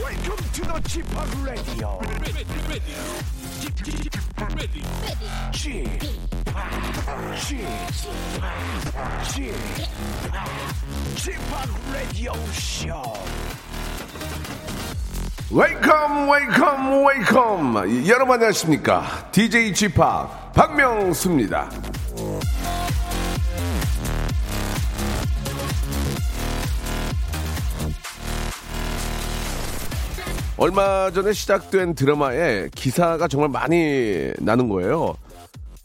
Welcome to the Chip Radio. ready, ready, ready, ready. Chip, Chip, Chip, Chip Radio Show. 웨이컴 웨이컴 웨이컴 여러분 안녕하십니까 DJ g 파 박명수입니다 얼마 전에 시작된 드라마에 기사가 정말 많이 나는 거예요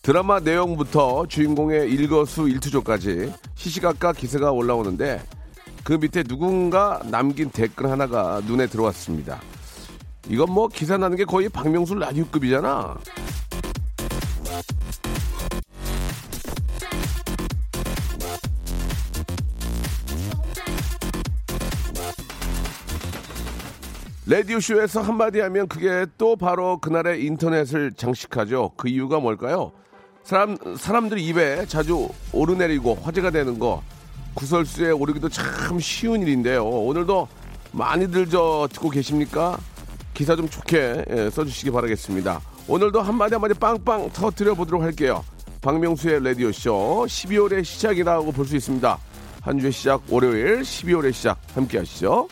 드라마 내용부터 주인공의 일거수 일투족까지 시시각각 기사가 올라오는데 그 밑에 누군가 남긴 댓글 하나가 눈에 들어왔습니다. 이건 뭐 기사 나는 게 거의 박명수 라디오급이잖아. 라디오쇼에서 한마디 하면 그게 또 바로 그날의 인터넷을 장식하죠. 그 이유가 뭘까요? 사람, 사람들 입에 자주 오르내리고 화제가 되는 거 구설수에 오르기도 참 쉬운 일인데요. 오늘도 많이들 저 듣고 계십니까? 기사 좀 좋게 예, 써주시기 바라겠습니다. 오늘도 한마디 한마디 빵빵 터뜨려 보도록 할게요. 박명수의 라디오쇼 12월의 시작이라고 볼 수 있습니다. 한 주의 시작 월요일 12월의 시작 함께 하시죠.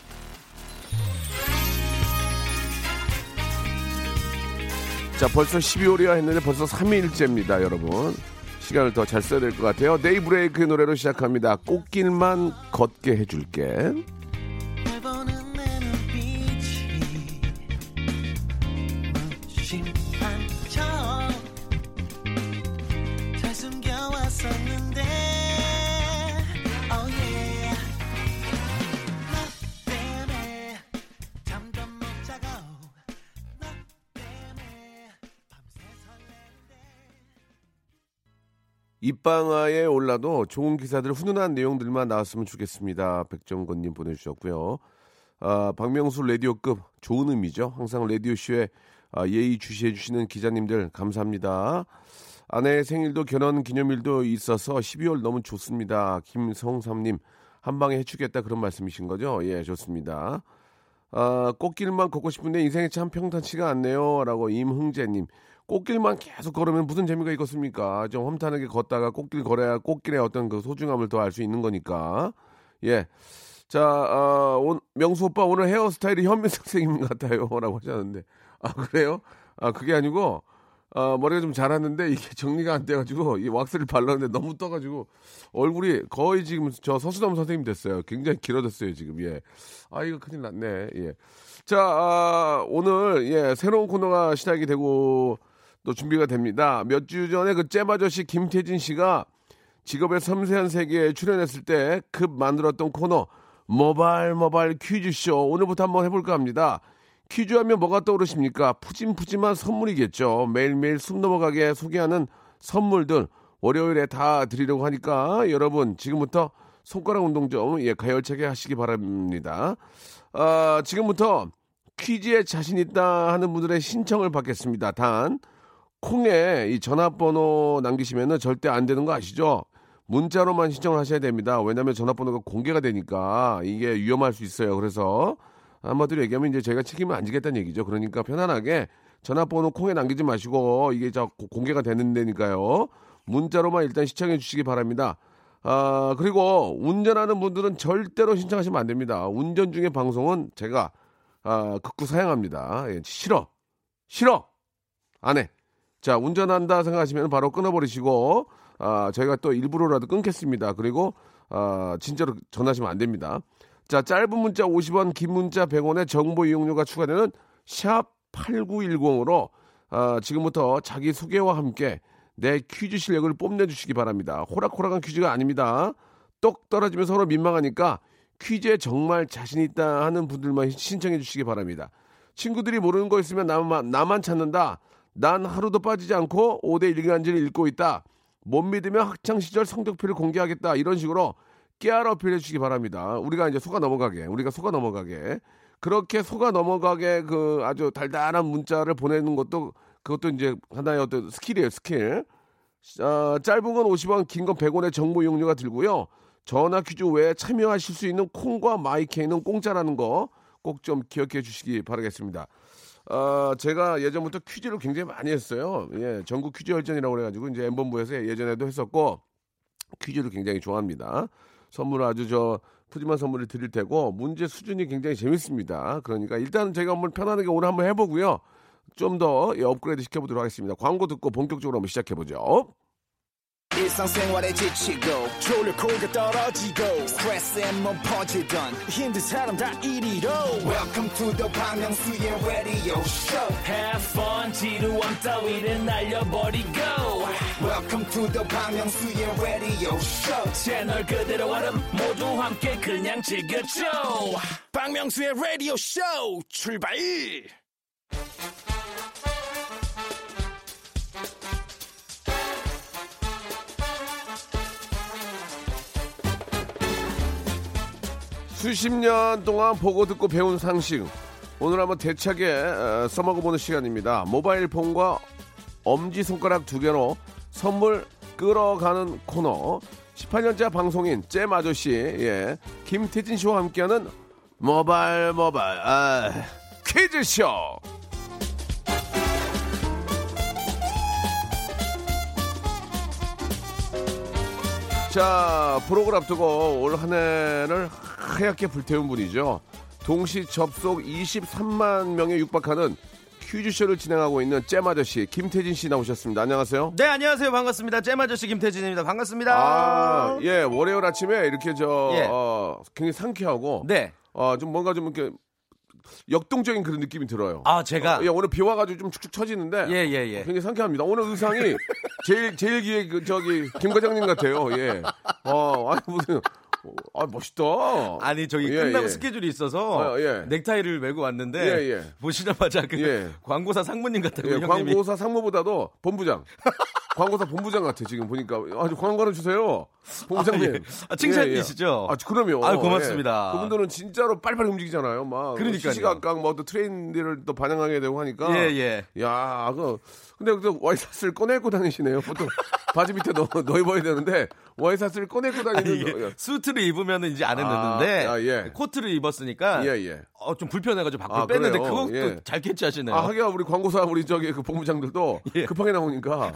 자, 벌써 12월이야 했는데 벌써 3일째입니다, 여러분. 시간을 더 잘 써야 될 것 같아요. 네이브레이크의 노래로 시작합니다. 꽃길만 걷게 해줄게. 널 보는 내 눈빛이 무심한 척 잘 숨겨왔었는데 oh yeah 너 때문에 잠도 못 자고 너 때문에 밤새 설레는데 입방아에 올라도 좋은 기사들 훈훈한 내용들만 나왔으면 좋겠습니다. 백정건님 보내주셨고요. 아, 박명수 라디오급 좋은 의미죠. 항상 라디오쇼에 아, 예의 주시해 주시는 기자님들 감사합니다. 아내의 생일도 결혼 기념일도 있어서 12월 너무 좋습니다. 김성삼님 한 방에 해주겠다 그런 말씀이신 거죠? 예, 좋습니다. 아, 꽃길만 걷고 싶은데 인생이 참 평탄치가 않네요. 라고 임흥재님. 꽃길만 계속 걸으면 무슨 재미가 있겠습니까? 좀 험탄하게 걷다가 꽃길 걸어야 꽃길의 어떤 그 소중함을 더 알 수 있는 거니까. 예. 자, 아, 온- 명수 오빠 오늘 헤어스타일이 현민 선생님 같아요. 라고 하셨는데. 아, 그래요? 아, 그게 아니고, 아, 머리가 좀 자랐는데 이게 정리가 안 돼가지고 이 왁스를 발랐는데 너무 떠가지고 얼굴이 거의 지금 저 서수담 선생님 됐어요. 굉장히 길어졌어요, 지금. 예. 아, 이거 큰일 났네. 예. 자, 아, 오늘, 예, 새로운 코너가 시작이 되고 또 준비가 됩니다. 몇 주 전에 그 잼아저씨 김태진 씨가 직업의 섬세한 세계에 출연했을 때 급 만들었던 코너 모발 모발 퀴즈쇼 오늘부터 한번 해볼까 합니다. 퀴즈하면 뭐가 떠오르십니까? 푸짐푸짐한 선물이겠죠. 매일매일 숨 넘어가게 소개하는 선물들 월요일에 다 드리려고 하니까 여러분 지금부터 손가락 운동 좀 예, 가열차게 하시기 바랍니다. 아, 지금부터 퀴즈에 자신 있다 하는 분들의 신청을 받겠습니다. 단 콩에 이 전화번호 남기시면은 절대 안 되는 거 아시죠? 문자로만 신청을 하셔야 됩니다. 왜냐하면 전화번호가 공개가 되니까 이게 위험할 수 있어요. 그래서 한마디로 얘기하면 이제 저희가 책임을 안 지겠다는 얘기죠. 그러니까 편안하게 전화번호 콩에 남기지 마시고 이게 자 고- 공개가 되는 데니까요. 문자로만 일단 시청해 주시기 바랍니다. 아 그리고 운전하는 분들은 절대로 신청하시면 안 됩니다. 운전 중에 방송은 제가 아, 극구 사양합니다. 예, 싫어, 싫어, 안 해. 자, 운전한다 생각하시면 바로 끊어버리시고, 아, 저희가 또 일부러라도 끊겠습니다. 그리고, 아, 진짜로 전화하시면 안 됩니다. 자, 짧은 문자 50원, 긴 문자 100원에 정보 이용료가 추가되는 샵8910으로, 아, 지금부터 자기 소개와 함께 내 퀴즈 실력을 뽐내주시기 바랍니다. 호락호락한 퀴즈가 아닙니다. 똑 떨어지면 서로 민망하니까 퀴즈에 정말 자신 있다 하는 분들만 신청해 주시기 바랍니다. 친구들이 모르는 거 있으면 나만, 나만 찾는다. 난 하루도 빠지지 않고 5대 일간지를 읽고 있다. 못 믿으면 학창시절 성적표를 공개하겠다. 이런 식으로 깨알 어필해 주시기 바랍니다. 우리가 이제 속아 넘어가게, 우리가 속아 넘어가게. 그렇게 속아 넘어가게 그 아주 달달한 문자를 보내는 것도 그것도 이제 하나의 어떤 스킬이에요, 스킬. 아, 짧은 건 50원, 긴 건 100원의 정보 이용료가 들고요. 전화 퀴즈 외에 참여하실 수 있는 콩과 마이케이는 공짜라는 거 꼭 좀 기억해 주시기 바라겠습니다. 아, 제가 예전부터 퀴즈를 굉장히 많이 했어요. 예, 전국 퀴즈 열전이라고 그래가지고 이제 엠본부에서 예전에도 했었고 퀴즈를 굉장히 좋아합니다. 선물 아주 저 푸짐한 선물을 드릴 테고 문제 수준이 굉장히 재밌습니다. 그러니까 일단은 제가 한번 편안하게 오늘 한번 해보고요. 좀 더 업그레이드 시켜보도록 하겠습니다. 광고 듣고 본격적으로 한번 시작해보죠. 일상생활에 지치고, 졸려 코가 떨어지고, 스트레스에 몸 퍼지던, 힘든 사람 다 이리로. welcome to the Bang Myung-soo's radio show Have fun 지루함 따위를 날려버리고 welcome to the Bang Myung-soo's radio show 채널 그대로 와름 모두 함께 그냥 즐겨줘 박명수의 라디오 쇼 출발! 수십 년 동안 보고 듣고 배운 상식 오늘 한번 대차게 어, 써먹어보는 시간입니다. 모바일 폰과 엄지 손가락 두 개로 선물 끌어가는 코너 18년째 방송인 잼 아저씨 예, 김태진 씨와 함께하는 모발 모발 아, 퀴즈쇼 자 프로그램 앞두고 올 한 해를 하얗게 불태운 분이죠 동시 접속 23만 명에 육박하는 퀴즈쇼를 진행하고 있는 잼 아저씨 김태진 씨 나오셨습니다 안녕하세요 네 안녕하세요 반갑습니다 잼 아저씨 김태진입니다 반갑습니다 아, 예, 월요일 아침에 이렇게 저 예. 어, 굉장히 상쾌하고 네. 어, 좀 뭔가 좀 이렇게 역동적인 그런 느낌이 들어요. 아, 제가? 예, 오늘 비 와가지고 좀 축축 처지는데 예, 예, 예. 굉장히 상쾌합니다. 오늘 의상이 제일 제일 기획 그 저기 김 과장님 같아요. 예. 어, 아니 무슨 아 멋있다. 아니 저기 예, 끝나고 예. 스케줄이 있어서 아, 예. 넥타이를 메고 왔는데 예, 예. 보시자마자 그 예. 광고사 상무님 같다고 예, 그 형님이 광고사 상무보다도 본부장. 광고사 본부장 같아 지금 보니까 아주 광고를 주세요 본부장님 아, 예. 아, 칭찬이시죠? 아 그럼요 아유, 고맙습니다. 예. 그분들은 진짜로 빨리빨리 움직이잖아요 막 그러니까요. 시시각각 뭐또 트렌드를 또 반영하게 되고 하니까 예, 야그 근데 그 와이셔츠를 꺼내 입고 다니시네요 보통 바지 밑에 넣, 넣어 입어야 되는데 와이셔츠를 꺼내 입고 다니는 아니, 이게 거- 예. 수트를 입으면 이제 안 어, 아, 했는데 아, 예. 코트를 입었으니까 예, 예. 어, 좀 불편해가지고 밖으로 아, 뺐는데 그래요? 그것도 예. 잘 캐치하시네요 아, 하기야 우리 광고사 우리 저기 그 본부장들도 예. 급하게 나오니까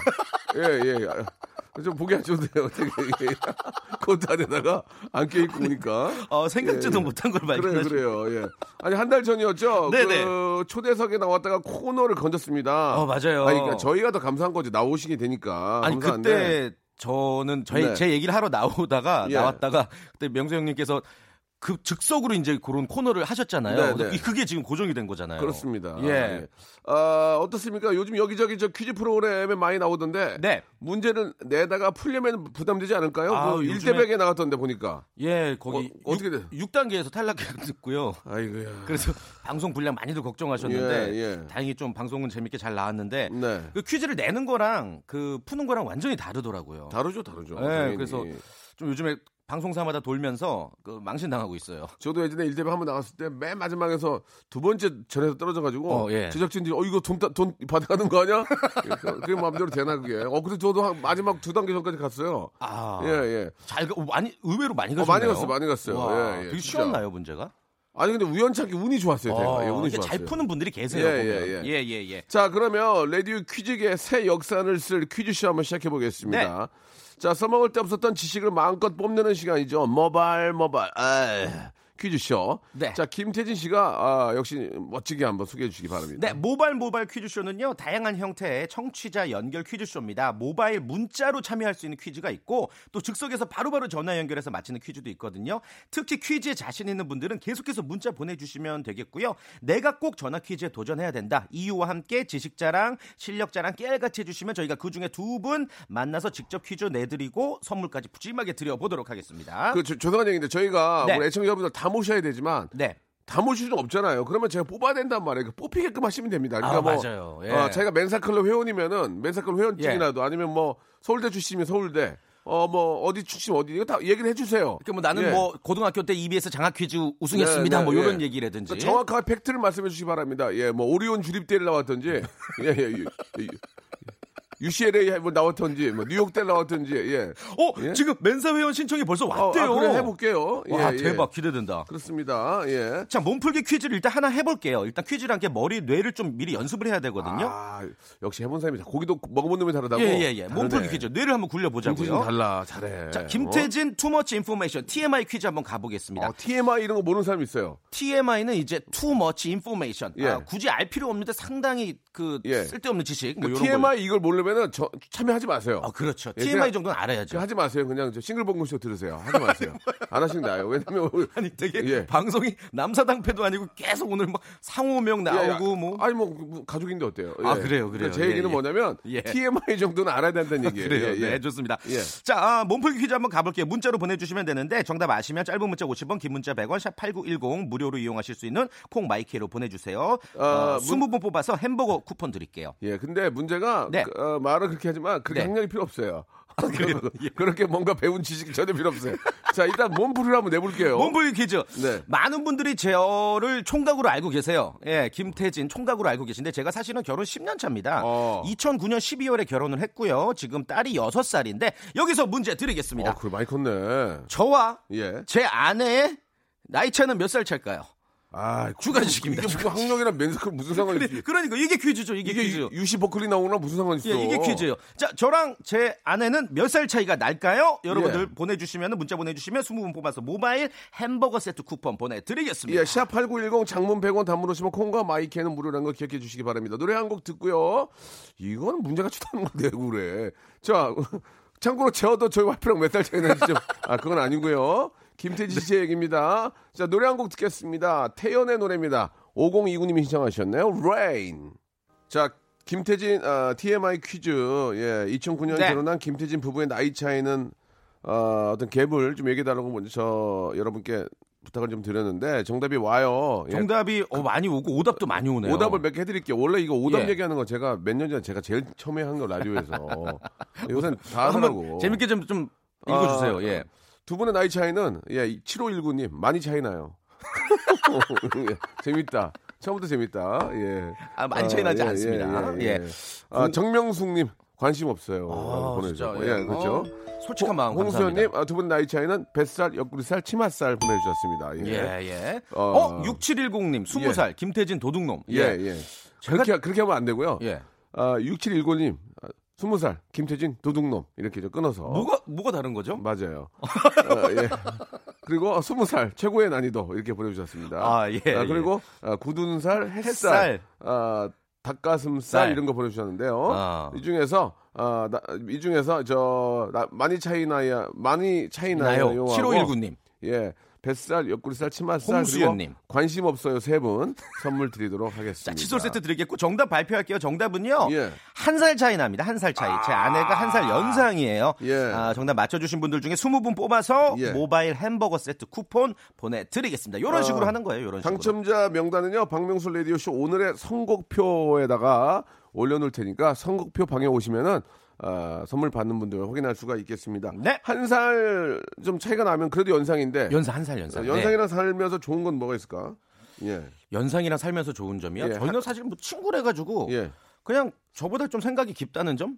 예 예. 아, 좀 보기 안 좋은데요. 되게 예. 코트 안에다가 안 껴입고 오니까. 어, 생각지도 예, 예. 못한 걸 그래요, 발견하시네요 그래요. 예. 아니 한 달 전이었죠. 네네. 그 초대석에 나왔다가 코너를 건졌습니다. 어, 맞아요. 아니, 그러니까 저희가 더 감사한 거지 나오시게 되니까. 아니 감사한데. 그때 저는 저희 네. 제 얘기를 하러 나오다가 예. 나왔다가 그때 명수 형님께서 그 즉석으로 이제 그런 코너를 하셨잖아요. 네, 네. 이- 그게 지금 고정이 된 거잖아요. 그렇습니다. 예. 아, 어떻습니까? 요즘 여기저기 저 퀴즈 프로그램에 많이 나오던데 네. 문제를 내다가 풀려면 부담되지 않을까요? 아, 그 요즘에- 1대 100에 나갔던데 보니까. 예, 거기 어, 어떻게 돼? 6단계에서 탈락했고요. 아이고야. 그래서 방송 분량 많이들 걱정하셨는데 예, 예. 다행히 좀 방송은 재밌게 잘 나왔는데 네. 그 퀴즈를 내는 거랑 그 푸는 거랑 완전히 다르더라고요. 다르죠, 다르죠. 예, 당연히. 그래서 좀 요즘에 방송사마다 돌면서 그 망신 당하고 있어요. 저도 예전에 1대1 한번 나갔을 때 맨 마지막에서 두 번째 전에서 떨어져가지고 어, 예. 제작진들이 어 이거 돈, 따- 돈 받아가는 거 아니야? 예, 그- 그게 마음대로 되나 그게. 어 근데 저도 한- 마지막 두 단계 전까지 갔어요. 아. 예 예. 잘 가, 어, 많이 의외로 많이 어, 가셨네요. 많이 갔어요, 많이 갔어요. 와, 예, 예, 되게 진짜. 쉬웠나요 문제가? 아니 근데 우연찮게 운이 좋았어요. 제가. 예, 운이 이게 좋았어요. 잘 푸는 분들이 계세요. 예, 보면. 예, 예, 예. 예, 예. 자, 그러면 레디오 퀴즈계 새 역사를 쓸 퀴즈쇼 한번 시작해 보겠습니다. 네. 자, 써먹을 데 없었던 지식을 마음껏 뽐내는 시간이죠. 모발, 모발, 아, 퀴즈쇼. 네. 자, 김태진 씨가 아, 역시 멋지게 한번 소개해 주시기 바랍니다. 네, 모바일 모바일 퀴즈쇼는요, 다양한 형태의 청취자 연결 퀴즈쇼입니다. 모바일 문자로 참여할 수 있는 퀴즈가 있고, 또 즉석에서 바로바로 전화 연결해서 맞히는 퀴즈도 있거든요. 특히 퀴즈에 자신 있는 분들은 계속해서 문자 보내주시면 되겠고요. 내가 꼭 전화 퀴즈에 도전해야 된다. 이유와 함께 지식자랑 실력자랑 깨알같이 해주시면 저희가 그 중에 두 분 만나서 직접 퀴즈 내드리고 선물까지 푸짐하게 드려보도록 하겠습니다. 그, 저- 죄송한 얘기인데 저희가 네. 우리 애청자분들 다 모셔야 되지만 네. 다 모실 수는 없잖아요. 그러면 제가 뽑아야 된단 말이에요. 그 뽑히게끔 하시면 됩니다. 그러니까 아, 뭐 맞아요. 예. 어, 자기가 맨사클럽 회원이면은 맨사클럽 회원증이라도 아니면 뭐 서울대 출신이면 서울대 어 뭐 어디 출신 어디 이거 다 얘기를 해주세요. 그뭐 나는 예. 뭐 고등학교 때 EBS 장학 퀴즈 우승했습니다. 네, 네, 뭐 이런 예. 얘기라든지. 그러니까 정확한 팩트를 말씀해 주시기 바랍니다. 예, 뭐 오리온 주립대를 나왔던지, 예, 예, 유- 유- UCLA 뭐 나왔던지 뭐 뉴욕대 나왔던지 예. 어, 예? 지금 멘사 회원 신청이 벌써 어, 왔대요. 아, 그래 해볼게요. 예, 와, 예. 대박. 기대된다. 그렇습니다. 예. 자, 몸풀기 퀴즈를 일단 하나 해볼게요. 일단 퀴즈란 게 머리, 뇌를 좀 미리 연습을 해야 되거든요. 아, 역시 해본 사람이 다 고기도 먹어본 놈이 다르다고. 예, 예, 예. 다르네. 몸풀기 그 퀴즈. 뇌를 김태진 한번 굴려보자고요. 달라 잘해. 자, 김태진 투머치 인포메이션 TMI 퀴즈 한번 가보겠습니다. 어, TMI 이런 거 모르는 사람 있어요. TMI는 이제 투머치 인포메이션. 예. 아, 굳이 알 필요 없는데 상당히 그 예. 쓸데없는 지식. 뭐 그 이런 TMI 이걸 모르면은 저, 참여하지 마세요. 거. 아, 그렇죠. 예, TMI 그냥- 정도는 그 알아야죠. 하지 마세요. 그냥 저 싱글벙글쇼 들으세요. 하지 마세요. 안 하시는 게 나아요. 왜냐면 오늘- 아니 되게 예. 방송이 남사당패도 아니고 계속 오늘 막 상호명 나오고 예, 뭐 아니 뭐, 뭐 가족인데 어때요? 그러니까 아, 그래요, 그래요. 제 예, 얘기는 예. 뭐냐면 예. TMI 정도는 알아야 된다는 얘기예요. 그래요. 예, 예. 네, 좋습니다. 예. 자, 아, 몸풀기 퀴즈 한번 가볼게요. 문자로 보내주시면 되는데 정답 아시면 짧은 문자 50원, 긴 문자 100원, 샵 #8910 무료로 이용하실 수 있는 콩 마이키로 보내주세요. 어, 아, 문- 20분 뽑아서 햄버거 쿠폰 드릴게요. 예, 근데 문제가 네. 그, 어, 말은 그렇게 하지만 그렇게 네. 아, 예. 학력이 필요 없어요. 그러니까 그렇게 뭔가 배운 지식이 전혀 필요 없어요. 자, 일단 몸풀이를 한번 내볼게요. 몸풀기 퀴즈. 어? 네. 많은 분들이 제어를 총각으로 알고 계세요. 예, 김태진 총각으로 알고 계신데 제가 사실은 결혼 10년 차입니다. 어. 2009년 12월에 결혼을 했고요. 지금 딸이 6살인데 여기서 문제 드리겠습니다. 아, 그래 많이 컸네. 저와 예. 제 아내의 나이 차는 몇 살 차일까요? 아, 주관식입니다, 이게 무슨 학력이랑 면접은 무슨 상관이 있어? 그러니까 이게 퀴즈죠. 이게, 이게 퀴즈. 유- 유시 버클리 나오나 무슨 상관이 있어? 예, 이게 퀴즈예요. 자, 저랑 제 아내는 몇 살 차이가 날까요? 여러분들 예. 보내주시면 문자 보내주시면 20분 뽑아서 모바일 햄버거 세트 쿠폰 보내드리겠습니다. 예, 샵8910 장문 100원 단문 오시면 콩과 마이크는 무료라는 거 기억해 주시기 바랍니다. 노래 한 곡 듣고요. 이건 문제가 추다는 건데, 그래. 자, 참고로 제어도 저희 와이프랑 몇 살 차이 나지 좀. 아, 그건 아니고요. 김태지 씨의 얘기입니다. 자, 노래 한 곡 듣겠습니다. 태연의 노래입니다. 5029님이 신청하셨네요. Rain. 자, 김태진 아, TMI 퀴즈. 예, 2009년 네. 결혼한 김태진 부부의 나이 차이는 어, 어떤 갭을 좀 얘기해 달라고 먼저 저 여러분께 부탁을 좀 드렸는데 정답이 와요. 예. 정답이 어, 많이 오고 오답도 많이 오네요. 오답을 몇 개 해드릴게요. 원래 이거 오답 예. 얘기하는 거 제가 몇 년 전에 제가 제일 처음에 한 거 라디오에서 요새 다 하더라고. 아, 한번 재밌게 좀, 좀 읽어주세요. 아, 예. 두 분의 나이 차이는 예, 7519님 많이 차이 나요. 예, 재밌다. 처음부터 재밌다. 예. 아, 많이 차이 나지 않습니다. 예. 아, 정명숙님 관심 없어요. 아, 진짜, 보내주셨고. 예. 예, 그렇죠. 어, 솔직한 마음 홍수연님 감사합니다. 아, 두분 나이 차이는 뱃살, 옆구리살, 치맛살 보내주셨습니다. 예, 예. 어. 어, 6710님, 20살, 김태진 도둑놈. 예, 예. 그렇게, 그렇게 하면 안 되고요. 예. 아, 6719님, 아, 20살, 김태진, 도둑놈. 이렇게 좀 끊어서. 뭐가, 뭐가 다른 거죠? 맞아요. 어, 예. 그리고 20살, 최고의 난이도. 이렇게 보내주셨습니다. 아, 예, 그리고 아, 굳은 살, 햇살, 햇살. 아, 닭가슴살 쌀. 이런 거 보내주셨는데요. 아. 이 중에서 아, 나- 이 중에서 저 나- 많이 차이나야 많이 차이나요. 나요. 7519님. 예. 뱃살, 옆구리살, 치맛살 홍수연님. 그리고 관심 없어요 세 분 선물 드리도록 하겠습니다. 자, 칫솔 세트 드리겠고 정답 발표할게요. 정답은요. 예. 한 살 차이 납니다. 한 살 차이. 제 아내가 한 살 연상이에요. 예. 아, 정답 맞춰주신 분들 중에 20분 뽑아서 예. 모바일 햄버거 세트 쿠폰 보내드리겠습니다. 이런 아, 식으로 하는 거예요. 이런 식으로. 당첨자 명단은요 박명수 라디오쇼 오늘의 선곡표에다가 올려놓을 테니까 선곡표 방에 오시면은 아, 선물 받는 분들 확인할 수가 있겠습니다. 네. 한 살 좀 차이가 나면 그래도 연상인데 연상 한 살 연상. 네. 이랑 살면서 좋은 건 뭐가 있을까? 예, 연상이랑 살면서 좋은 점이요. 예. 저희는 사실 뭐 친구래 가지고 예. 그냥 저보다 좀 생각이 깊다는 점.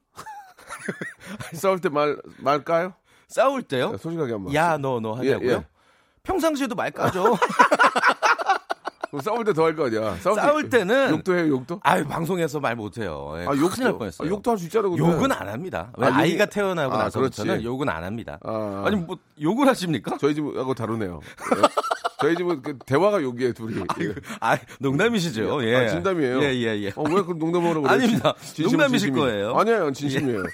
싸울 때 말 말까요? 싸울 때요. 솔직하게 한번. 야 너 너 하냐고요. 예, 예. 평상시에도 말 까죠. 그럼 싸울 때 더 할 거 아니야? 싸울, 싸울 때는- 욕도 해요, 욕도. 아유 방송에서 말 못해요. 예, 아, 큰일 날 뻔했어요. 아, 욕도 할 수 있잖아요. 근데. 욕은 안 합니다. 왜 아, 욕이- 아, 이가 태어나고 아, 나서부터는 그렇지. 욕은 안 합니다. 아. 아, 니뭐 욕을 하십니까? 저희 집하고 다르네요. 예. 저희 집은 그 대화가 욕이에요, 둘이. 예. 아 농담이시죠? 예. 아, 진담이에요. 예, 예, 예. 어, 왜 그 농담으로 그래요? 아닙니다. 진- 진심은 농담이실 진심이에요. 거예요. 아니에요. 진심이에요.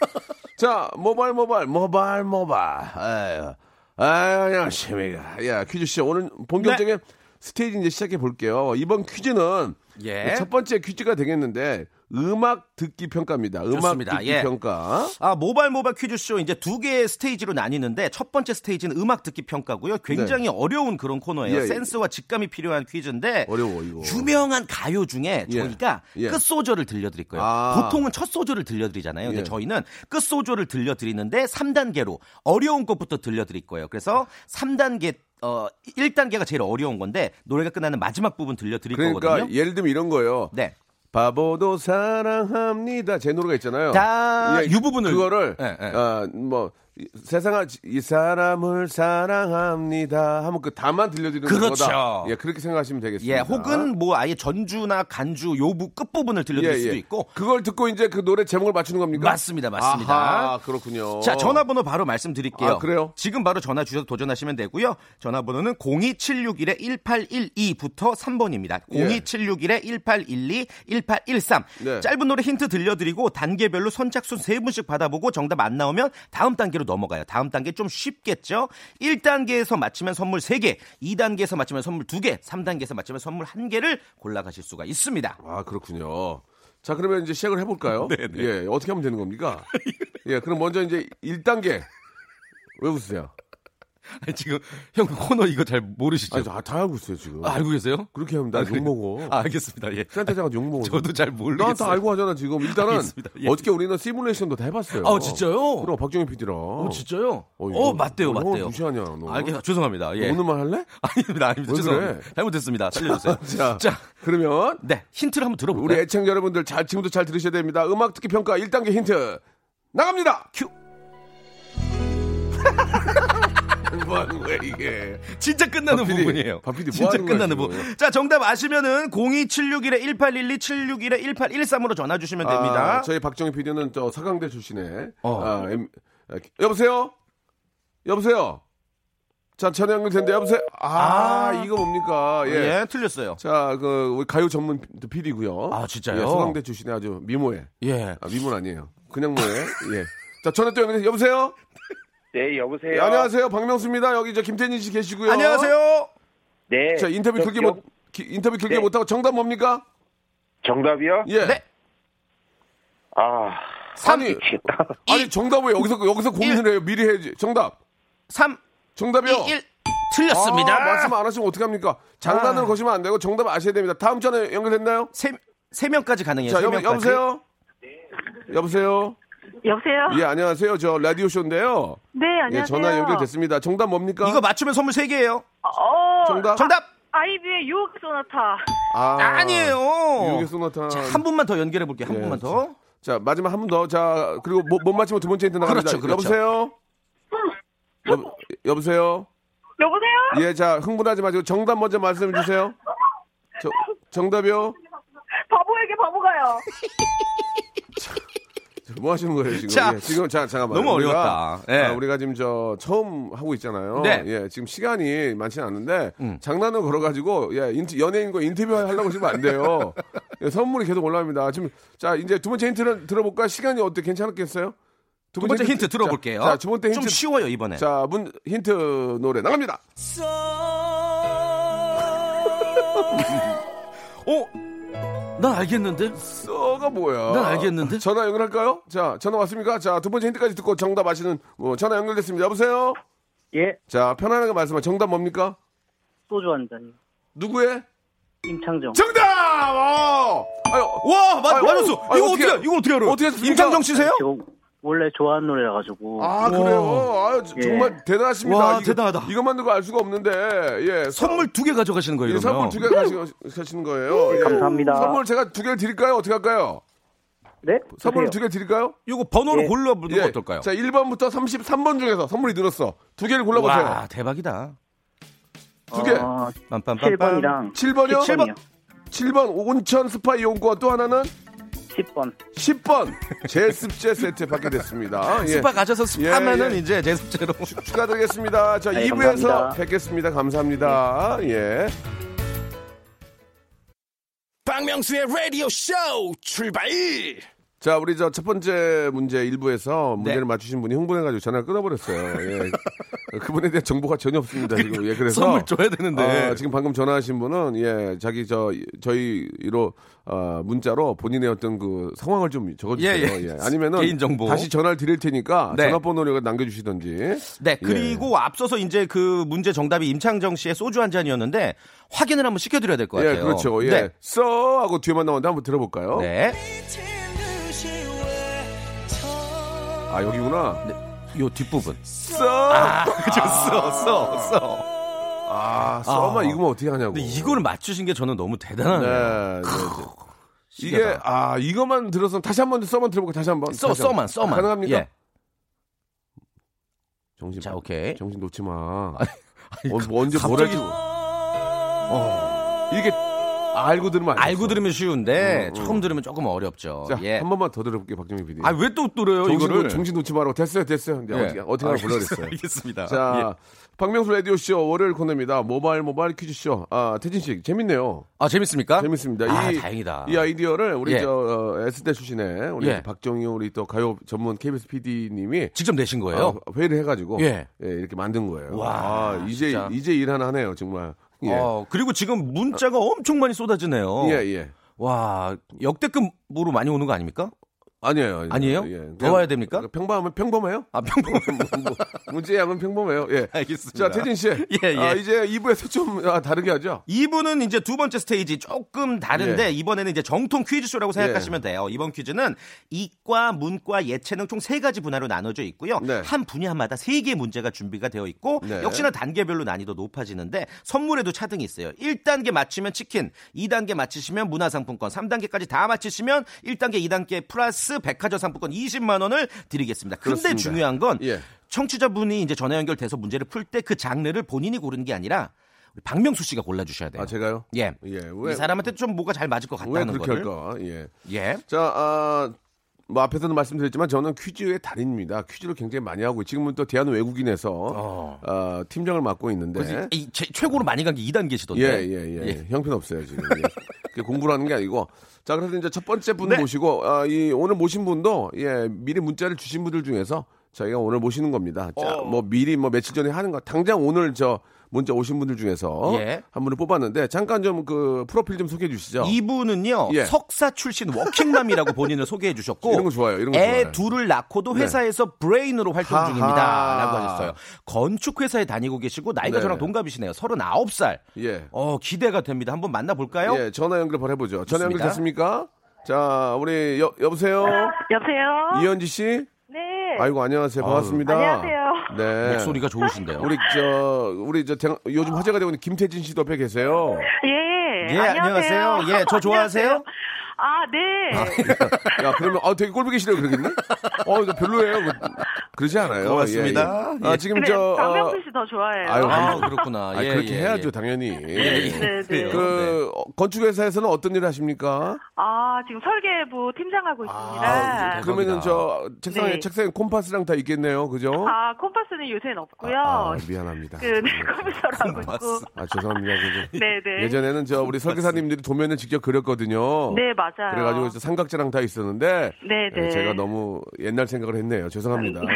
자, 모발 모발 모발 모발. 아유. 아유, 안녕하십니까. 야, 퀴즈 씨 오늘 본격적인 스테이지 이제 시작해 볼게요. 이번 퀴즈는 네. 예. 첫 번째 퀴즈가 되겠는데 음악 듣기 평가입니다. 음악 좋습니다. 듣기 예. 평가. 아, 모발 모발 퀴즈쇼 이제 두 개의 스테이지로 나뉘는데 첫 번째 스테이지는 음악 듣기 평가고요. 굉장히 어려운 그런 코너예요. 네. 예, 예. 센스와 직감이 필요한 퀴즈인데 어려워, 이거. 유명한 가요 중에 예. 저희가 예. 끝 소절을 들려드릴 거예요. 아. 보통은 첫 소절을 들려드리잖아요. 근데 예. 저희는 끝 소절을 들려드리는데 3단계로 어려운 것부터 들려드릴 거예요. 그래서 3단계 어 1단계가 제일 어려운 건데 노래가 끝나는 마지막 부분 들려드릴 그러니까 거거든요. 예를 들면 이런 거예요. 네. 바보도 사랑합니다. 제 노래가 있잖아요. 예, 다- 이 부분을. 그거를 예, 예. 아, 뭐 이- 세상아 이 사람을 사랑합니다 하면 그 다만 들려드리는 그렇죠. 거다. 예, 그렇게 생각하시면 되겠습니다. 예, 혹은 뭐 아예 전주나 간주 요부 끝부분을 들려드릴 예, 예. 수도 있고. 그걸 듣고 이제 그 노래 제목을 맞추는 겁니까? 맞습니다, 맞습니다. 아하, 그렇군요. 자, 전화번호 바로 말씀드릴게요. 아, 그래요? 지금 바로 전화 주셔서 도전하시면 되고요. 전화번호는 02761-1812부터 3번입니다. 예. 02761-1812, 1813. 네. 짧은 노래 힌트 들려드리고 단계별로 선착순 세분씩 받아보고 정답 안 나오면 다음 단계로 넘어가요. 다음 단계 좀 쉽겠죠? 1단계에서 맞히면 선물 3개, 2단계에서 맞히면 선물 2개, 3단계에서 맞히면 선물 1개를 골라가실 수가 있습니다. 아 그렇군요. 자 그러면 이제 시작을 해볼까요? 네네. 예 어떻게 하면 되는 겁니까? 예 그럼 먼저 이제 1단계 왜 웃으세요? 지금 형 코너 이거 잘 모르시죠? 아니 저다 알고 있어요 지금. 알고 계세요? 그렇게 하면 나욕 먹어. 아, 알겠습니다. 예. 센터장한테 욕 먹어. 저도 잘 나 다 모르겠어요. 알고 하잖아 지금. 일단은 알겠습니다. 예. 어떻게 우리는 시뮬레이션도 다 해봤어요. 아, 진짜요? 그럼 박정희 PD랑. 어 어, 진짜요? 어, 이거 맞대요, 얼마나 맞대요. 무시하냐 너. 알겠, 죄송합니다. 예. 오늘만 할래? 아닙니다, 아닙니다. 왜 죄송합니다. 그래? 잘못했습니다. 살려주세요. 자, 그러면 네, 힌트를 한번 들어볼까요? 우리 애청자 여러분들 잘 지금도 잘 들으셔야 됩니다. 음악 듣기 평가 1단계 힌트 나갑니다. 큐. 뭐 하는 거야 이게? 진짜 끝나는 박 PD, 부분이에요. 박 PD, 뭐 진짜 하는 거야, 끝나는 지금? 부분. 자, 정답 아시면은 02761에 1812, 761에 1813으로 전화 주시면 됩니다. 아, 저희 박정희 PD는 저 서강대 출신에. 어. 아, 엠- 아, 여보세요? 여보세요? 자, 전화 연결된데 여보세요? 아, 이거 뭡니까? 예. 예. 틀렸어요. 자, 그 우리 가요 전문 PD고요. 아, 진짜요? 예, 서강대 출신의 아주 미모에. 예. 아, 미모는 아니에요. 그냥 뭐에. 예. 자, 전화 또 연결해 여보세요? 네, 예, 여보세요. 안녕하세요. 박명수입니다. 여기 저 김태진 씨 계시고요. 안녕하세요. 네. 자, 인터뷰 여- 길게 여- 못 기- 인터뷰 길게 네. 못 하고 정답 뭡니까? 정답이요? 예. 네. 아, 아니, 미치겠다. 아니 정답을 여기서 여기서 고민을 해요. 미리 해야지. 정답. 3, 정답이요. 2, 1. 틀렸습니다. 어? 아, 말씀 안 하시면 어떡합니까? 장난으로 아. 거시면 안 되고 정답 아셔야 됩니다. 다음 전에 연결됐나요? 세, 세 명까지 가능해요. 자, 세 여, 명까지. 여보세요? 네. 여보세요? 여보세요? 예, 안녕하세요. 저 라디오쇼인데요. 네, 안녕하세요. 예, 전화 연결됐습니다. 정답 뭡니까? 이거 맞추면 선물 세개예요 어, 정답? 정답! 아이비의 유혹 소나타. 아, 아, 니에요 유혹의 소나타. 자, 한 분만 더 연결해 볼게요. 한 예, 분만 더. 자, 마지막 한 번 더. 자, 그리고 뭐, 못, 못 맞히면 두 번째 힌트 나갑니다. 그렇죠, 그렇죠. 여보세요? 여, 여보세요? 여보세요? 예, 자, 흥분하지 마시고 정답 먼저 말씀해 주세요. 저, 정답이요? 바보에게 바보가요. 뭐 하시는 거예요 지금? 자, 예, 지금 자 잠깐만. 너무 어려웠다. 예. 아, 우리가 지금 저 처음 하고 있잖아요. 네. 음. 예, 지금 시간이 많지는 않은데 장난을 걸어가지고 예, 인트- 연예인과 인터뷰 하려고 지금 안 돼요. 예, 선물이 계속 올라옵니다. 지금 자 이제 두 번째 힌트를 들어볼까? 시간이 어때? 괜찮겠어요? 두 번째 힌트 들어볼게요. 자, 자, 두 번째 힌트. 좀 쉬워요 이번에. 자, 문 힌트 노래 나갑니다. 어? 난 알겠는데? 써가 뭐야? 난 알겠는데? 전화 연결할까요? 자, 전화 왔습니까? 자, 두 번째 힌트까지 듣고 정답 아시는 어, 전화 연결됐습니다. 여보세요? 예, 자, 편안하게 말씀하. 정답 뭡니까? 소주 한 잔. 누구의? 임창정. 정답! 어! 아유, 와 맞, 아유, 맞았어. 아유, 이거 어떻게 어떻게- 이거 어떻게 알아요? 어떻게 했습니까? 임창정 씨세요? 저 원래 좋아하는 노래라 가지고. 아, 그래요? 아유, 저- 예. 정말 대단하십니다. 와, 대단하다. 이것만 두고 알 수가 없는데, 예. 선물 두 개 가져가시는 거예요, 예, 선물 이러면. 두 개 가시는 거예요. 예. 음, 감사합니다. 선물 제가 두 개를 드릴까요? 어떻게 할까요? 네? 선물 두 드세요. 개 드릴까요? 이거 번호로 예. 골라보는 예. 거 어떨까요? 자, 1번부터 33번 중에서 선물이 늘었어. 두 개를 골라보세요. 와 대박이다. 두 개. 어, 빰빰빰빰. 7번이랑 7번이요? 7번이요. 7번 온천 스파 이용권 또 하나는 10번. 10번 제습제 세트 받게 됐습니다. 예. 스파 가셔서 스파면은 예, 예. 이제 제습제로. 축하드리겠습니다. 자, 네, 2부에서 감사합니다. 뵙겠습니다. 감사합니다. 네. 예. 박명수의 라디오 쇼 출발! 자, 우리 저 첫 번째 문제 1부에서 문제를 네. 맞추신 분이 흥분해가지고 전화를 끊어버렸어요. 예. 그분에 대한 정보가 전혀 없습니다. 지금. 예, 그래서. 선물 줘야 되는데. 아, 지금 방금 전화하신 분은 예 자기 저 저희로 아, 문자로 본인의 어떤 그 상황을 좀 적어주세요. 예, 예. 아니면은 개인정보. 다시 전화를 드릴 테니까 네. 전화번호를 남겨주시던지. 네 그리고 앞서서 이제 그 문제 정답이 임창정 씨의 소주 한 잔이었는데 확인을 한번 시켜드려야 될 것 예, 같아요. 그렇죠. 예, 네. 써 하고 뒤에만 나오는데 한번 들어볼까요? 네. 그 아 여기구나. 요 뒷부분. 써. 네. 아, 그죠. 써, 써, 써. 아, 써만 아. 이거면 어떻게 하냐고. 근데 이거를 맞추신 게 저는 너무 대단하네요. 네. 네, 네. 이게 아 이것만 들어서 다시 한 번 써만 들어볼까 다시 한번 써 다시 한 번. 써만 써만 가능합니까? 예. 정신 자 오케이. 정신 놓지 마. 어, 뭐 언제 뭘 갑자기- 할지 모- 어. 이게 알고 들으면 알겠어. 알고 들으면 음, 쉬운데 음. 처음 들으면 조금 어렵죠. 자, 예. 한 번만 더 들어볼게 박정희 PD. 아 왜 또 또래요 정신, 이거를? 놓- 정신 놓지 마라. 됐어요, 됐어요. 이제 예. 어떻게 어떻게 하나 불러냈어요. 알겠습니다. 예. 자, 박명수 라디오 쇼 월요일 코너입니다. 모바일 모바일 퀴즈 쇼. 아 태진 씨 재밌네요. 아 재밌습니까? 재밌습니다. 아 이, 다행이다. 이 아이디어를 우리 예. 저 어, S대 출신의 우리 예. 박정희 우리 또 가요 전문 KBS PD님이 어, 직접 내신 거예요? 회의를 해가지고 예. 예, 이렇게 만든 거예요. 와, 아, 이제 진짜. 이제 일 하나 하네요 정말. 예. 어, 그리고 지금 문자가 엄청 많이 쏟아지네요. 예, 예. 와 역대급으로 많이 오는 거 아닙니까? 아니에요. 아니에요. 아니에요? 예. 더 그냥- 와야 됩니까? 평범하면 평범해요? 뭐, 아 평범. 문제의 양은 평범해요. 예. 알겠습니다. 자, 태진 씨. 예. 아, 이제 2부에서 좀 아, 다르게 하죠. 이분은 이제 두 번째 스테이지 조금 다른데 예. 이번에는 이제 정통 퀴즈쇼라고 생각하시면 돼요. 이번 퀴즈는 이과, 문과, 예체능 총 세 가지 분야로 나눠져 있고요. 네. 한 분야마다 세 개의 문제가 준비가 되어 있고 네. 역시나 단계별로 난이도 높아지는데 선물에도 차등이 있어요. 1단계 맞히면 치킨, 2단계 맞히시면 문화상품권, 3단계까지 다 맞히시면 1단계, 2단계 플러스 백화점 상품권 20만 원을 드리겠습니다. 근데 그렇습니다. 중요한 건 예. 청취자분이 이제 전화 연결돼서 문제를 풀 때 그 장르를 본인이 고르는 게 아니라 우리 박명수 씨가 골라주셔야 돼요. 아, 제가요? 예. 예. 왜, 이 사람한테 좀 뭐가 잘 맞을 것 왜 같다는 그렇게 거를. 할까? 예. 예. 자, 아, 뭐 앞에서도 말씀드렸지만 저는 퀴즈의 달인입니다. 퀴즈를 굉장히 많이 하고 지금은 또 대한 외국인에서 어. 아, 팀장을 맡고 있는데 그래서 이 네. 최- 최고로 많이 간 게 2단계시던데. 예, 예, 예. 형편 없어요, 지금. 예. 그게 공부라는 게 아니고. 자, 그래서 이제 첫 번째 분 네. 모시고, 아, 이, 오늘 모신 분도, 예, 미리 문자를 주신 분들 중에서 저희가 오늘 모시는 겁니다. 어. 자, 뭐 미리 뭐 며칠 전에 하는 거, 당장 오늘 저 문자 오신 분들 중에서 예. 한 분을 뽑았는데, 잠깐 좀 그 프로필 좀 소개해 주시죠. 이분은요 어. 예. 석사 출신 워킹맘이라고 본인을 소개해 주셨고 이런 거 좋아요, 이런 거 애 좋아요. 둘을 낳고도 회사에서 브레인으로 활동 하하. 중입니다라고 하셨어요. 건축 회사에 다니고 계시고 나이가 네. 저랑 동갑이시네요. 39살. 예. 어 기대가 됩니다. 한번 만나볼까요? 예, 전화 연결 바로 해보죠. 전화 연결 좋습니다. 됐습니까? 자, 우리 여, 여보세요? 여보세요? 이현지 씨? 네. 예. 아이고, 안녕하세요. 반갑습니다. 안녕하세요. 네. 목소리가 좋으신데요. 우리 저 우리 저 대- 요즘 화제가 되고 있는 김태진 씨도 옆에 계세요. 예. 예, 안녕하세요. 예, 저 좋아하세요? 안녕하세요. 아, 네. 야 그러면 아 되게 꼴보기 싫어요 그러겠네. 어 이거 별로예요. 그- 그러지 않아요. 고맙습니다. 예, 예. 아 지금 근데 저 어, 박명수 씨 더 좋아해요. 아유, 아 그렇구나. 아 예, 그렇게 예, 해야죠 예. 당연히. 네, 네. 그 어, 건축회사에서는 어떤 일을 하십니까? 아, 지금 설계부 팀장하고 아, 있습니다. 대박이다. 그- 그러면은 저 책상에 아, 네. 책상에 콤파스랑 다 있겠네요, 그죠? 아, 콤파스는 요새는 없고요. 아, 미안합니다. 그, 네, 컴퓨터로 하고 있고. 콤파스. 아 죄송합니다. 그죠? 네, 네. 예전에는 저 우리 설계사님들이 도면을 직접 그렸거든요. 네, 맞아요. 그래가지고 이제 삼각자랑 다 있었는데 네, 네. 예, 제가 너무 옛날 생각을 했네요. 죄송합니다. 네.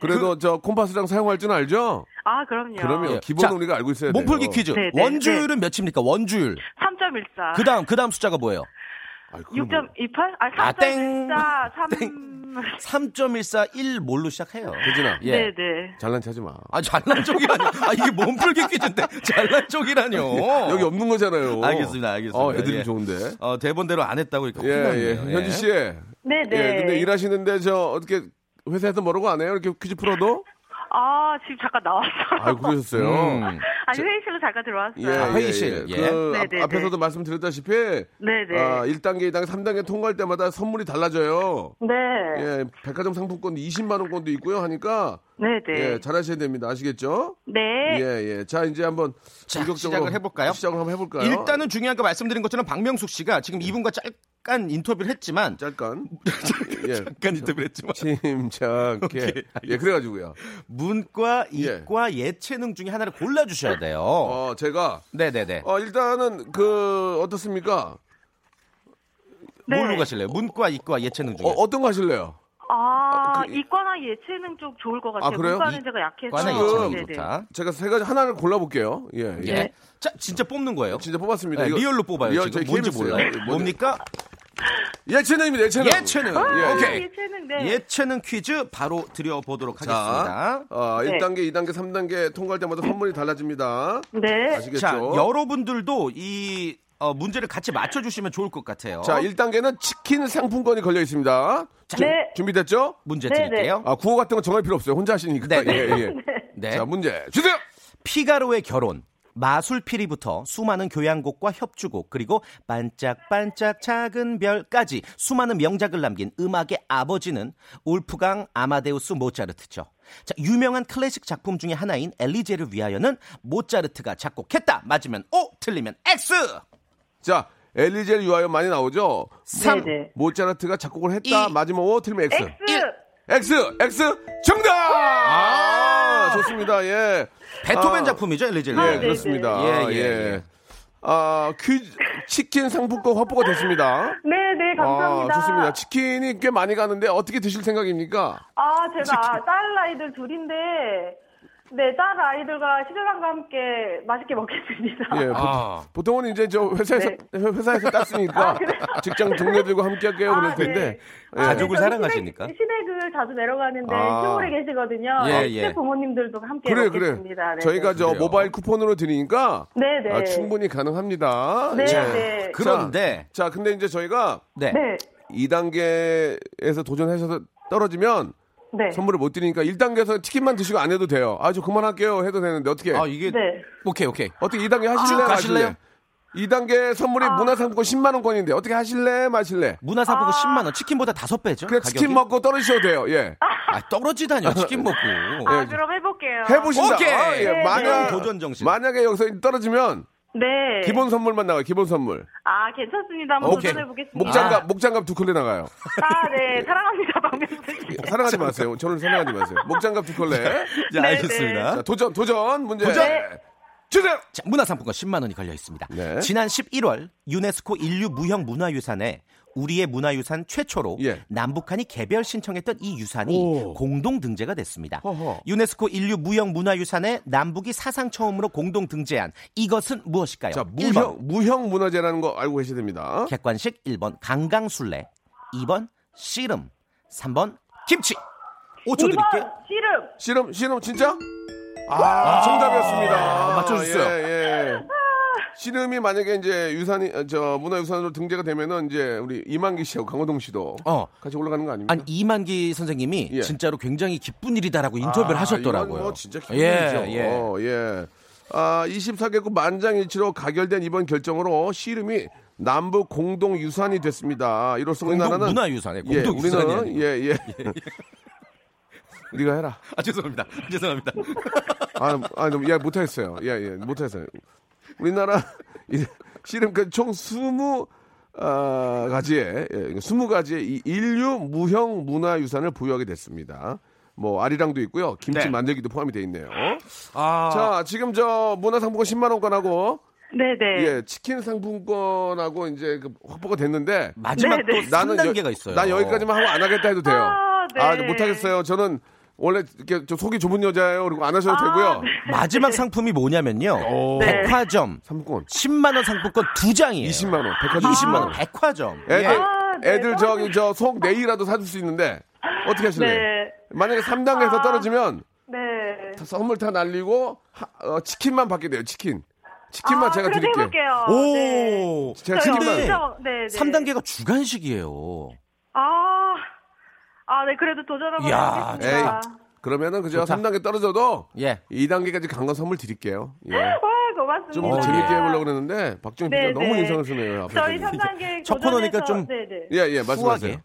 그래도 저 콤파스랑 사용할 줄 알죠? 아, 그럼요. 그러면 예. 기본 자, 우리가 알고 있어야 돼요. 몸풀기 퀴즈. 네, 네, 원주율은 몇입니까? 원주율. 3.14. 그 다음, 그 다음 숫자가 뭐예요? 아이, 그걸 뭐- 6.28? 아, 3.14. 아, 땡. 3. 3.141 뭘로 시작해요? 태진아. 예. 네, 네. 잘난 체하지 마. 아, 잘난 쪽이라뇨. 아, 이게 몸풀기 퀴즈인데 잘난 쪽이라뇨. 여기 없는 거잖아요. 알겠습니다, 알겠습니다. 어, 애들이 예. 좋은데. 어, 대본대로 안 했다고 이렇게 예, 예. 현지 씨. 네, 네. 예, 근데 일하시는데 저 어떻게 회사에서 뭐라고 안 해요? 이렇게 퀴즈 풀어도? 아, 지금 잠깐 나왔어요. 아유, 그러셨어요. 음. 아니, 회의실로 잠깐 들어왔어요. 예, 예, 회의실. 예. 예. 그 네, 앞, 네, 네. 앞에서도 말씀드렸다시피 네, 네. 아, 1단계, 2단계, 3단계 통과할 때마다 선물이 달라져요. 네. 예, 백화점 상품권도 20만 원권도 있고요 하니까 네, 네. 예, 잘하셔야 됩니다. 아시겠죠? 네. 예, 예. 자, 이제 한번 자, 본격적으로 시작을 해볼까요? 시작을 한번 해볼까요? 일단은 중요한 거 말씀드린 것처럼 박명숙 씨가 지금 이분과 짧간 인터뷰를 했지만 잠깐. 예. 잠깐 인터뷰를 했지만 침착해. 예, 그래가지고요. 문과, 예. 이과, 예. 체능 중에 하나를 골라 주셔야 돼요. 어, 제가 네네네. 어, 일단은 그 어떻습니까? 네. 뭘로 가실래요? 문과, 이과, 예체능 중에. 어, 어떤 거 하실래요? 아, 아, 그- 이과나 예체능 쪽 좋을 것 같아요. 아, 그래요? 문과는 제가 약해서. 네, 과나 지금- 예체능 좋다. 제가 세 가지 하나를 골라볼게요. 예, 예. 예. 자, 진짜 뽑는 거예요. 어. 진짜 뽑았습니다. 네, 이거- 리얼로 뽑아요. 리얼, 지금 저희 뭔지 KBS 예요. 몰라요. 뭐죠? 뭡니까? 예체능입니다. 예체능. 예체능. 아, 오케이. 예체능, 네. 예체능 퀴즈 바로 드려보도록 자, 하겠습니다. 어, 네. 1단계, 2단계, 3단계 통과할 때마다 선물이 달라집니다. 네. 아시겠죠? 자, 여러분들도 이 어, 문제를 같이 맞춰주시면 좋을 것 같아요. 자, 1단계는 치킨 상품권이 걸려 있습니다. 네. 준비됐죠? 문제 네, 드릴게요. 아, 구호 같은 건 정할 필요 없어요. 예, 혼자 하시니까. 네, 네. 예, 예. 네. 자, 문제 주세요. 피가로의 결혼. 마술피리부터 수많은 교향곡과 협주곡 그리고 반짝반짝 작은 별까지 수많은 명작을 남긴 음악의 아버지는 울프강 아마데우스 모차르트죠. 자, 유명한 클래식 작품 중에 하나인 엘리제를 위하여는 모차르트가 작곡했다. 맞으면 O, 틀리면 X. 자, 엘리제를 위하여 많이 나오죠? 3. 네. 모차르트가 작곡을 했다. 이. 마지막 오 틀리면 X. X. X, X, 정답! 아, 좋습니다. 예. 베토벤 아, 작품이죠, 엘리제를. 예, 네, 위하여는. 그렇습니다. 네. 예, 예, 예, 예. 아, 퀴즈, 치킨 상품권 확보가 됐습니다. 네, 네, 감사합니다. 아, 좋습니다. 치킨이 꽤 많이 가는데 어떻게 드실 생각입니까? 아, 제가 딸 아이들 둘인데, 네, 딸 아이들과 신랑과 함께 맛있게 먹겠습니다. 예, 보, 아. 보통은 이제 저 회사에서 네. 회- 회사에서 땄으니까 직장 동료들과 함께 할게요 그럴 아, 텐데 예. 네. 가족을 아, 저는 사랑하시니까. 시댁, 시댁을 그 자주 내려가는데 아. 시골에 계시거든요. 예, 시댁 예. 부모님들도 함께 그래 그래 먹겠습니다. 네, 저희가 네. 저 그래요. 모바일 쿠폰으로 드리니까 네, 네. 아, 충분히 가능합니다. 네, 예. 네. 자, 그런데 자, 근데 이제 저희가 네. 네, 2단계에서 도전해서 떨어지면 네. 선물을 못 드리니까 1단계에서 치킨만 드시고 안 해도 돼요. 아 저 그만할게요 해도 되는데 어떻게 아, 이게 네. 오케이, 오케이. 어떻게 2단계 하실래요? 쭉 가실래요? 2단계 선물이 아. 문화상품권 10만 원권인데 어떻게 하실래 마실래? 문화상품권 10만 원 치킨보다 다섯 배죠. 그냥 가격이? 치킨 먹고 떨어지셔도 돼요. 예. 아, 떨어지다뇨. 치킨 먹고. 아, 그럼 해볼게요. 해보신다. 오케이. 아, 예. 네, 만약 네. 도전 정신. 만약에 여기서 떨어지면 네. 기본 선물만 나가. 요 기본 선물. 아, 괜찮습니다. 한번 오케이. 도전해보겠습니다. 목장갑 아. 목장갑 두 컬레 나가요. 아, 네. 사랑합니다, 박명수 씨. 사랑하지 마세요. 저를 사랑하지 마세요. 목장갑 두 컬레. 자, 네, 알겠습니다. 자, 도전 도전 문제. 도전! 주세요. 자, 문화상품권 10만 원이 걸려 있습니다. 네. 지난 11월 유네스코 인류 무형 문화유산에 우리의 문화유산 최초로 예. 남북한이 개별 신청했던 이 유산이 오. 공동 등재가 됐습니다. 허허. 유네스코 인류 무형 문화유산에 남북이 사상 처음으로 공동 등재한 이것은 무엇일까요? 자, 1번 무형 무형 문화재라는 거 알고 계셔야 됩니다. 객관식 1번 강강술래 2번 씨름 3번 김치 5초 2번, 드릴게요. 씨름. 씨름 씨름 진짜? 아, 정답이었습니다. 맞춰주셨어요. 예, 예. 씨름이 만약에 이제 유산이 어, 저 문화유산으로 등재가 되면은 이제 우리 이만기 씨하고 강호동 씨도 어. 같이 올라가는 거 아닙니까? 아니 이만기 선생님이 예. 진짜로 굉장히 기쁜 일이다라고 인터뷰를 아, 하셨더라고요. 이건 뭐 진짜 기분이죠. 예, 예. 어, 예. 아, 24개국 만장일치로 가결된 이번 결정으로 씨름이 남북 공동 유산이 됐습니다. 이로써 공동 우리나라는 문화유산에 예, 공동 유산이 우리는 아니고. 예, 예. 네가 해라. 아 죄송합니다. 죄송합니다. 아, 아, 너무, 예, 못하겠어요. 예, 예, 못하겠어요. 우리나라, 이- 씨름까지 총 20, 아, 가지의, 예, 20가지의 이 인류 무형 문화유산을 보유하게 됐습니다. 뭐, 아리랑도 있고요. 김치 네. 만들기도 포함이 돼 있네요. 아, 자, 지금 저 문화상품권 10만원권하고, 네네. 예, 치킨 상품권하고 이제 그 확보가 됐는데, 마지막 네, 또 네. 아, 3단계가 여- 있어요. 난 여기까지만 하고 안 하겠다 해도 돼요. 아, 네. 아, 못하겠어요. 저는 원래 이렇게 좀 속이 좁은 여자예요. 그리고 안 하셔도 되고요. 아, 마지막 상품이 뭐냐면요. 네. 백화점 상품권 10만 원 상품권 두 장이에요. 20만 원. 백화점 20만 20만 원 원. 백화점. 애들 예. 아, 네. 애들 저기 저 속 내일이라도 사줄 수 있는데 어떻게 하실래요? 네. 만약에 3단계에서 아. 떨어지면 네. 다 선물 다 날리고 하- 어, 치킨만 받게 돼요. 치킨. 치킨만 아, 제가 그래도 드릴게요. 해볼게요. 네. 오. 제가 저요, 치킨만. 근데 엄청- 네, 네. 3단계가 주간식이에요. 아, 아, 네, 그래도 도전하고 이야, 에이. 해보겠습니다. 그러면은 그저 좋다. 3단계 떨어져도 예. 2단계까지 간 건 선물 드릴게요. 예. 와, 고맙습니다. 좀더 어, 재밌게 예. 해보려고 그랬는데 박정희 아. 네, PD가 너무 네. 인상을 쓰네요. 앞에서. 저희 3단계 첫 코너니까 좀- 네네. 예, 예, 말씀하세요. 후하게.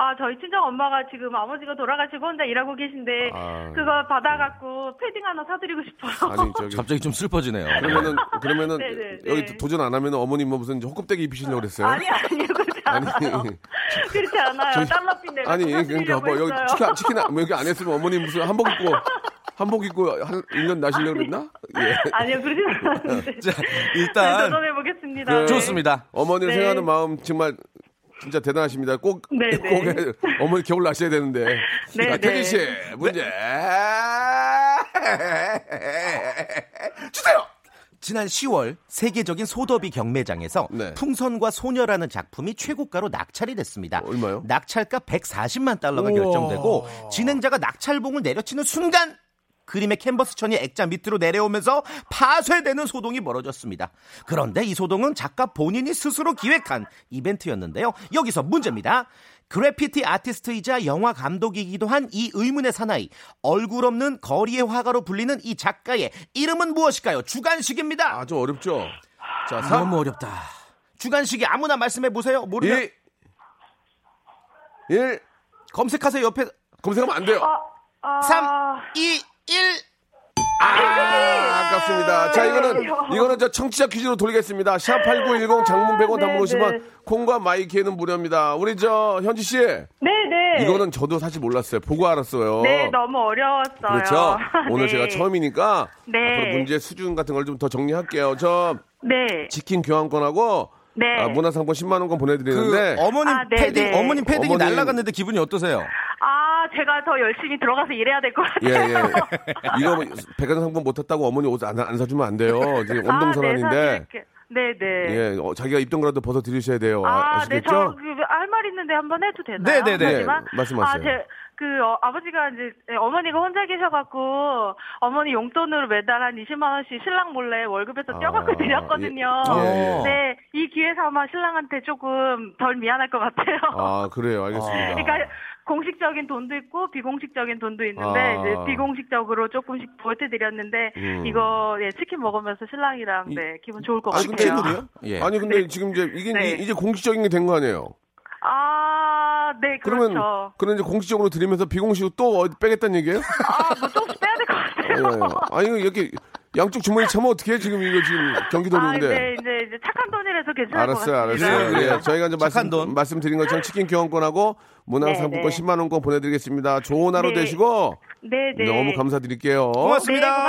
아, 저희 친정 엄마가 지금 아버지가 돌아가시고 혼자 일하고 계신데 아. 그거 받아갖고 패딩 하나 사드리고 싶어요. 아니, 저기 갑자기 좀 슬퍼지네요. 그러면은 그러면은 네, 네, 네. 여기 도전 안 하면은 어머님 뭐 무슨 호껍데기 입히시려고 그랬어요? 아니 아니요 그렇지 않아요. 아니. 그렇지 않아요. 저기- 달러핀 내가 아니 그러니까 사드리려고 뭐 여기 했어요. 치킨 치킨 뭐 여기 안 했으면 어머님 무슨 한복 입고 한복 입고 한 1년 나시려고 그랬나? 예. 아니요 그러지 않았는데. 자, 네, 일단 도전해 보겠습니다. 네. 좋습니다. 어머니를 네. 생각하는 마음 정말 진짜 대단하십니다. 꼭, 네, 꼭 네. 해- 어머니 겨울 나셔야 되는데. 네, 자, 네. 태진 씨 문제 주세요. 지난 10월 세계적인 소더비 경매장에서 네. 풍선과 소녀라는 작품이 최고가로 낙찰이 됐습니다. 얼마요? 낙찰가 140만 달러가 결정되고 진행자가 낙찰봉을 내려치는 순간 그림의 캔버스천이 액자 밑으로 내려오면서 파쇄되는 소동이 벌어졌습니다. 그런데 이 소동은 작가 본인이 스스로 기획한 이벤트였는데요. 여기서 문제입니다. 그래피티 아티스트이자 영화 감독이기도 한 이 의문의 사나이 얼굴 없는 거리의 화가로 불리는 이 작가의 이름은 무엇일까요? 주간식입니다. 아주 어렵죠. 자, 3, 어렵다. 주간식이 아무나 말씀해 보세요. 모르면 2, 1. 검색하세요. 옆에 검색하면 안 돼요. 아, 아, 3, 2, 1. 아, 깝습니다 자, 이거는 네. 이거는 저 청취자 퀴즈로 돌리겠습니다. 샵8910 장문 100원 단문 네, 50원 네. 콩과 마이키에는 무료입니다. 우리 저 현지 씨. 네네. 이거는 저도 사실 몰랐어요. 보고 알았어요. 네, 너무 어려웠어요. 그렇죠. 오늘 네. 제가 처음이니까 네. 앞으로 문제 수준 같은 걸 좀 더 정리할게요. 저 네. 치킨 교환권하고 네. 아, 문화상품 10만 원권 보내드리는데 그 어머님 아, 네, 패딩, 네. 어머님 패딩이 어머님. 날라갔는데 기분이 어떠세요? 아, 제가 더 열심히 들어가서 일해야 될 것 예, 같아요. 네, 예. 이거 뭐 백화점 상품 못 탔다고 어머니 옷 안 사주면 안 돼요. 지금 아, 네, 엄동설한인데. 사실 이렇게. 네네. 예, 어, 자기가 입던 거라도 벗어 드리셔야 돼요. 아, 아, 시겠 네, 죠 저할말 있는데 한번 해도 되나요? 네, 네, 네. 하지만, 네, 말씀하세요. 아, 제, 그 어, 아버지가 이제 예, 어머니가 혼자 계셔갖고 어머니 용돈으로 매달 한 20만 원씩 신랑 몰래 월급에서 아, 떼갖고 드렸거든요. 예, 예, 예. 네, 이 기회 삼아 신랑한테 조금 덜 미안할 것 같아요. 아, 그래요. 알겠습니다. 그러니까 공식적인 돈도 있고 비공식적인 돈도 있는데 아. 이제 비공식적으로 조금씩 보태드렸는데 음. 이거 예, 치킨 먹으면서 신랑이랑 네 기분 좋을 것 아니, 같아요. 근데 예. 아니, 근데 지금 이제 이게 네. 이- 이제 공식적인 게 된 거 아니에요? 아, 네, 그러면 그렇죠. 그런 이제 공식적으로 드리면서 비공식으로 또 어디 빼겠다는 얘기예요? 아, 뭐 조금씩 빼야 될 것 예, 같아요. 예. 아니, 이거 이렇게 양쪽 주머니 참아 어떻게 해? 지금 이거 지금 아, 경기도인데. 이제, 이제, 이제 착한 돈이라서 괜찮을 알았어요, 것 같습니다. 알았어요. 네. 예, 저희가 이제 말씀, 착한 돈. 말씀드린 것처럼 치킨 교환권하고 문화상품권 네, 네. 10만 원권 보내드리겠습니다. 좋은 하루 네. 되시고 네, 네. 너무 감사드릴게요. 고맙습니다. 네,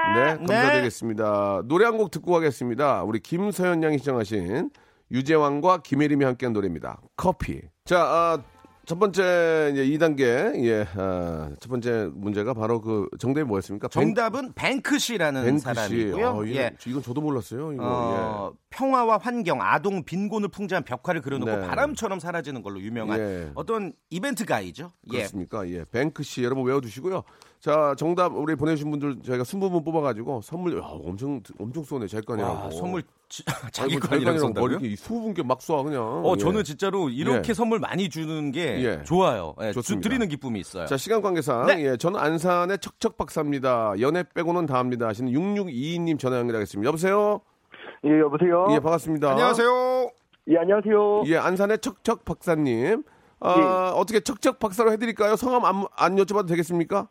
고맙습니다. 네, 감사드리겠습니다. 노래 한 곡 듣고 가겠습니다. 우리 김서연 양이 시청하신 유재환과 김혜림이 함께한 노래입니다. 커피. 자, 아, 첫 번째 이제 2단계 예, 아, 첫 번째 문제가 바로 그 정답이 뭐였습니까? 정답은 뱅크시라는 뱅- 뱅크시. 뭐, 사람이고요. 아, 이건, 예. 이건 저도 몰랐어요. 이거. 예. 어, 평화와 환경, 아동 빈곤을 풍자한 벽화를 그려놓고 네. 바람처럼 사라지는 걸로 유명한 예. 어떤 이벤트 가이죠. 예. 그렇습니까? 예. 뱅크 씨 여러분 외워두시고요. 자, 정답 우리 보내주신 분들 저희가 20분 뽑아가지고 선물 야, 엄청 엄청 쏘네. 제 예. 거냐고. 와, 선물 지- 아니, 자기 뭐 거아 제 니라 거냐고 고 버리게 20분께 막 쏴 그냥. 어, 예. 저는 진짜로 이렇게 예. 선물 많이 주는 게 예. 좋아요. 예, 주, 좋습니다. 드리는 기쁨이 있어요. 자, 시간 관계상 그러니까. 네. 예, 저는 안산의 척척 박사입니다. 연애 빼고는 다 합니다. 하시는 6622님 전화 연결하겠습니다. 여보세요? 예, 여보세요? 예, 반갑습니다. 어? 안녕하세요. 예, 안녕하세요. 예, 안산의 척척 박사님. 아, 예. 어떻게 척척 박사로 해 드릴까요? 성함 안, 안 여쭤봐도 되겠습니까?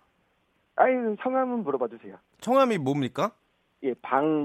아유, 성함은 물어봐 주세요. 청함이 뭡니까? 예,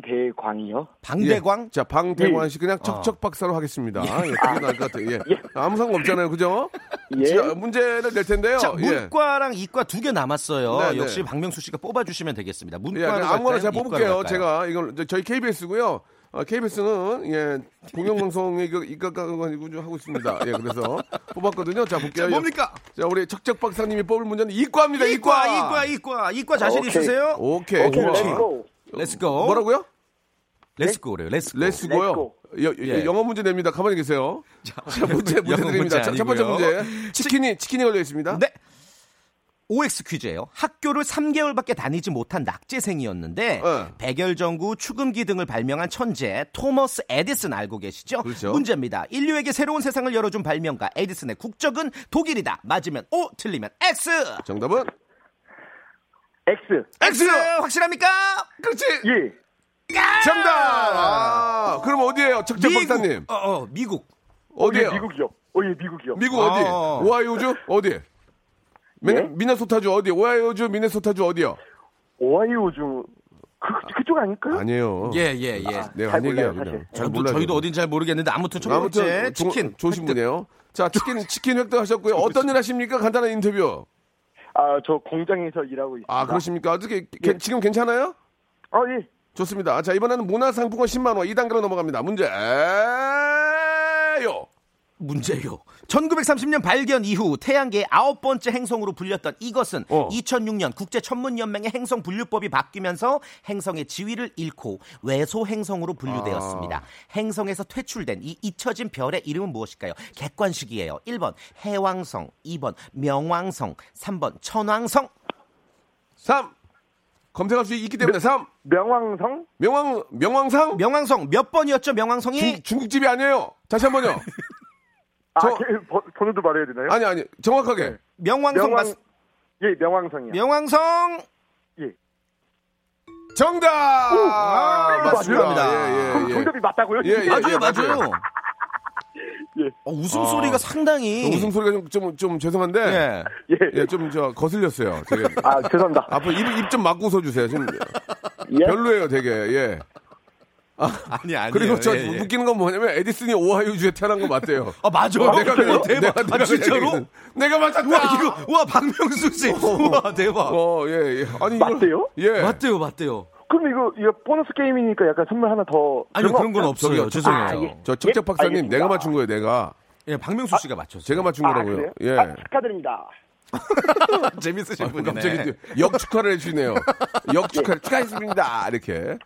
방대광이요. 방대광? 아. 예. 자, 방대관 씨 그냥 척척 박사로 하겠습니다. 예, 그게 나을 것 같아요. 예. 아무 상관없잖아요. 그죠? 예. 자, 문제를 낼 텐데요. 예. 자, 예. 문과랑 이과 두 개 남았어요. 네, 네. 역시 박명수 씨가 뽑아주시면 되겠습니다. 예, 문과를 그냥 아무거나 제가 갈까요? 뽑을게요. 이과를 갈까요? 제가 이걸 저- 저희 KBS고요. 어, KBS는 예, 공영방송에 그 입각하고 좀 하고 있습니다. 예, 그래서 뽑았거든요. 자, 볼게요. 자, 뭡니까? 자, 우리 척척 박사님이 뽑을 문제는 이과입니다. 이과, 이과, 이과, 이과, 이과 자신 오케이. 있으세요? 오케이. 오케이, 좋아. 어, 렛츠고. 렛츠고. 뭐라고요? 렛츠고래요. 렛츠고. 레스고요. 렛츠고. 여, 여- 예. 영어 문제 냅니다. 가만히 계세요. 자, 문제, 문제 영어 문제 드립니다. 자, 첫 번째 아니고요. 문제. 치킨이, 치킨이 걸려 있습니다. 네. OX 퀴즈예요. 학교를 3개월밖에 다니지 못한 낙제생이었는데 네. 백열전구, 축음기 등을 발명한 천재 토머스 에디슨 알고 계시죠? 그렇죠. 문제입니다. 인류에게 새로운 세상을 열어준 발명가 에디슨의 국적은 독일이다. 맞으면 O, 틀리면 X. 정답은? X. X 확실합니까? 그렇지! 예. 정답! 예! 아, 그럼 어디에요? 척척 박사님. 어, 어, 미국. 어디에요? 예, 미국이요. 어, 예, 미국이요. 미국 아. 어디? 오하이오주 어디? 미, 예? 미네소타주 어디? 오하이오주 미네소타주 어디요? 오하이오주 그, 그쪽 아닐까요? 아니에요. 예, 예, 예. 내가 잘 안 얘기야 몰라요, 그냥. 사실. 잘 저희도, 몰라요, 저희도 저는. 어딘지 잘 모르겠는데 아무튼 첫 번째 아무튼 조- 치킨. 좋으신 분이에요. 자 치킨 치킨 획득 하셨고요. 어떤 일 하십니까? 간단한 인터뷰. 아, 저 공장에서 일하고 있습니다. 아 그러십니까? 어떻게 게- 예. 지금 괜찮아요? 아, 예. 좋습니다. 자 이번에는 문화상품권 10만 원 2단계로 넘어갑니다. 문제요. 문제요. 1930년 발견 이후 태양계의 아홉 번째 행성으로 불렸던 이것은 어. 2006년 국제 천문연맹의 행성 분류법이 바뀌면서 행성의 지위를 잃고 외소 행성으로 분류되었습니다. 행성에서 퇴출된 이 잊혀진 별의 이름은 무엇일까요? 객관식이에요. 1번 해왕성, 2번 명왕성, 3번 천왕성. 3, 검색할 수 있기 네. 때문에 삼 명왕성? 명왕 명왕상 명왕성 몇 번이었죠? 명왕성이 중, 중국집이 아니에요. 다시 한 번요. 아, 저- 제 번- 번호도 말해야 되나요? 아니 아니 정확하게 명왕성 명왕- 맞 예, 명왕성이요. 명왕성 정답. 아, 이거 맞습니다. 예, 그럼 예, 예. 정답이 맞다고요? 예, 예. 맞아요, 맞아요. 예. 어, 웃음소리가 상당히 아. 그 웃음 소리가 좀 좀 좀 죄송한데 예. 예. 예, 좀 저 거슬렸어요. 되게 아, 죄송합니다. 앞으로 입입좀 막고 웃어주세요. 지금 예? 별로예요, 되게. 예. 아니 아니 그리고 저 웃기는 건 뭐냐면 에디슨이 오하이오주에 태어난 거 맞대요. 예, 아 맞아요. 어, 내가 와, 내가 대박. 내가 아, 진짜로? 얘기는- 내가 맞았다. 와 이거 와 박명수 씨. 와 대박. 어, 예, 예. 아니 이걸- 맞대요? 예. 맞대요, 맞대요. 그럼 이거, 이거 보너스 게임이니까 약간 선물 하나 더. 아니 그런 건 없죠? 없어요. 저기요. 죄송해요. 아, 예. 저 척척 박사님 알겠습니다. 내가 맞춘 거예요, 내가. 예, 박명수 씨가 맞췄어요. 제가 맞춘 아, 거라고요. 그래요? 예. 아, 축하드립니다. 아, 재밌으신 분이네. 갑자기 이제 역 축하를 해주네요. 역 축하를 축하했습니다. 이렇게.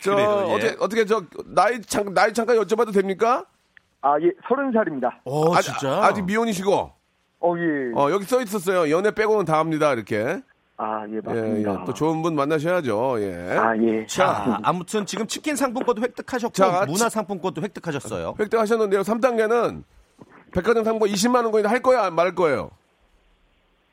저 그래요, 예. 어떻게 어떻게 저 나이 잠 나이 잠깐 여쭤봐도 됩니까? 아, 예, 서른 살입니다. 어, 아, 진짜. 아, 아직 미혼이시고. 어, 예. 어, 여기 써 있었어요. 연애 빼고는 다 합니다. 이렇게. 아, 예, 예, 맞습니다. 예. 또 좋은 분 만나셔야죠. 예. 아, 예. 자, 아무튼 지금 치킨 상품권도 획득하셨고 자, 아, 문화 상품권도 획득하셨어요. 획득하셨는데요. 3단계는 백화점 상품 20만 원 거인 할 거야, 안 말 거예요.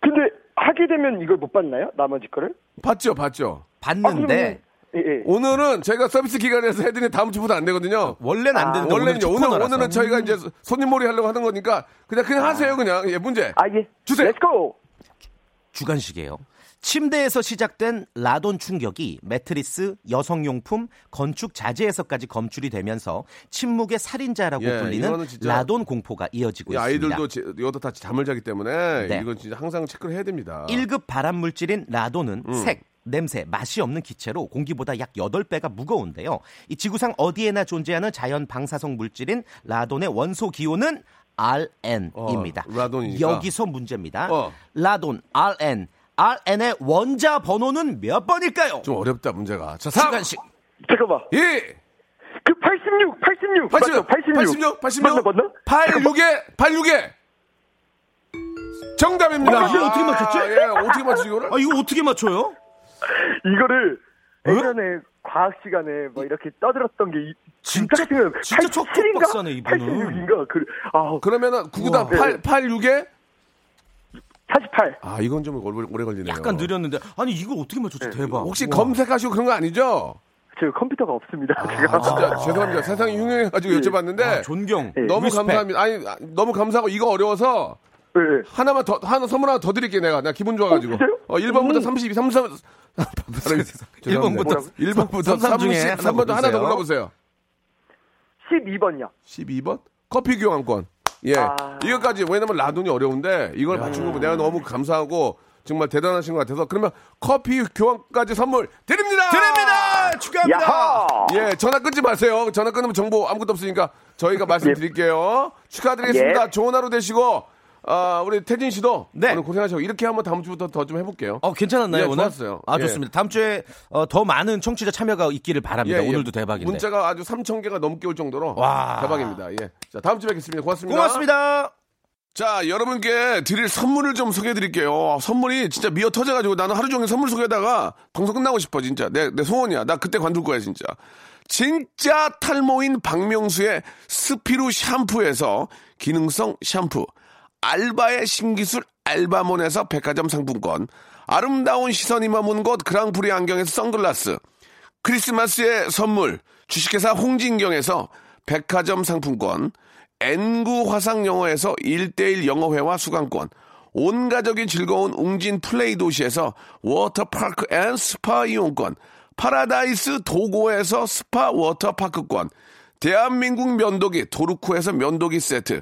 근데 하게 되면 이걸 못 받나요? 나머지 거를? 봤죠, 봤죠. 봤는데 예, 예. 오늘은 저희가 서비스 기간에서 해드린 다음 주부터 안 되거든요. 원래는 안 되는데 아, 원래는 오늘 아, 축구나라서. 오늘은 저희가 음. 이제 손님몰이 하려고 하는 거니까 그냥 그냥 하세요 그냥 예 문제 아, 예. 주세요. 렛츠고! 주간식이에요. 침대에서 시작된 라돈 충격이 매트리스, 여성용품, 건축 자재에서까지 검출이 되면서 침묵의 살인자라고 예, 이거는 불리는 진짜- 라돈 공포가 이어지고 이 있습니다. 아이들도 제- 이것도 다 잠을 자기 때문에 네. 이건 진짜 항상 체크를 해야 됩니다. 1급 발암 물질인 라돈은 음. 색, 냄새, 맛이 없는 기체로 공기보다 약 8배가 무거운데요. 이 지구상 어디에나 존재하는 자연 방사성 물질인 라돈의 원소 기호는 RN입니다. 어, 라돈이니까. 여기서 문제입니다. 어. 라돈 RN. RN의 원자 번호는 몇 번일까요? 좀 어렵다 문제가. 자, 3, 시간씩. 잠깐만. 2, 그 86, 86. 86, 맞죠? 86. 86, 86, 맞나, 맞나? 86에 86에 정답입니다. 아, 이게 어떻게 맞췄지? 아, 예, 어떻게 맞추지 이거를? 아, 이거 어떻게 맞춰요? 이거를 예전에 과학 시간에 뭐 이렇게 떠들었던 게 이- 진짜- 생각- 진짜 87인가? 척척박사네, 이분은. 86인가? 그, 아, 어, 그러면은 구구단 8 8 6에 48. 아 이건 좀 오래, 오래 걸리네요. 약간 느렸는데. 아니, 이거 어떻게 맞췄지? 대박. 네, 혹시 우와. 검색하시고 그런 거 아니죠? 저 컴퓨터가 없습니다. 제가. 아, 진짜 죄송합니다. 세상이 흉흉해가지고 여쭤봤는데 아, 존경. 너무 리스펙. 감사합니다. 아니 아, 너무 감사하고 이거 어려워서 예, 예. 하나만 더 하나 선물 하나 더 드릴게 내가 나 기분 좋아가지고 어, 진짜요? 어, 1번부터 32, 33 일번부터 1번부터 33 3 중에 0 하나 3번도 하나 더 고르세요. 골라보세요 12번이요. 12번 커피 교환권 예 아. 이거까지 왜냐면 라돈이 어려운데 이걸 맞춘 거 보고 내가 너무 감사하고 정말 대단하신 것 같아서 그러면 커피 교환까지 선물 드립니다 드립니다! 축하합니다! 야하! 예, 전화 끊지 마세요. 전화 끊으면 정보 아무것도 없으니까 저희가 말씀드릴게요. 축하드리겠습니다. 예. 좋은 하루 되시고, 아, 우리 태진 씨도 네. 오늘 고생하셨고, 이렇게 한번 다음 주부터 더 좀 해볼게요. 어 괜찮았나요 예, 오늘? 좋았어요. 아 예. 좋습니다. 다음 주에 어, 더 많은 청취자 참여가 있기를 예, 바랍니다. 예. 오늘도 대박인데. 문자가 아주 3,000개가 넘게 올 정도로 와. 대박입니다. 예. 자, 다음 주에 뵙겠습니다. 고맙습니다. 고맙습니다. 자, 여러분께 드릴 선물을 좀 소개해 드릴게요. 선물이 진짜 미어 터져가지고 나는 하루 종일 선물 소개하다가 방송 끝나고 싶어, 진짜. 내, 내 소원이야. 나 그때 관둘 거야, 진짜. 진짜 탈모인 박명수의 스피루 샴푸에서 기능성 샴푸. 알바의 신기술 알바몬에서 백화점 상품권. 아름다운 시선이 머문 곳 그랑프리 안경에서 선글라스. 크리스마스의 선물 주식회사 홍진경에서 백화점 상품권 N구 화상영어에서 1대1 영어회화 수강권 온가족이 즐거운 웅진 플레이 도시에서 워터파크 앤 스파 이용권 파라다이스 도고에서 스파 워터파크권 대한민국 면도기 도르코에서 면도기 세트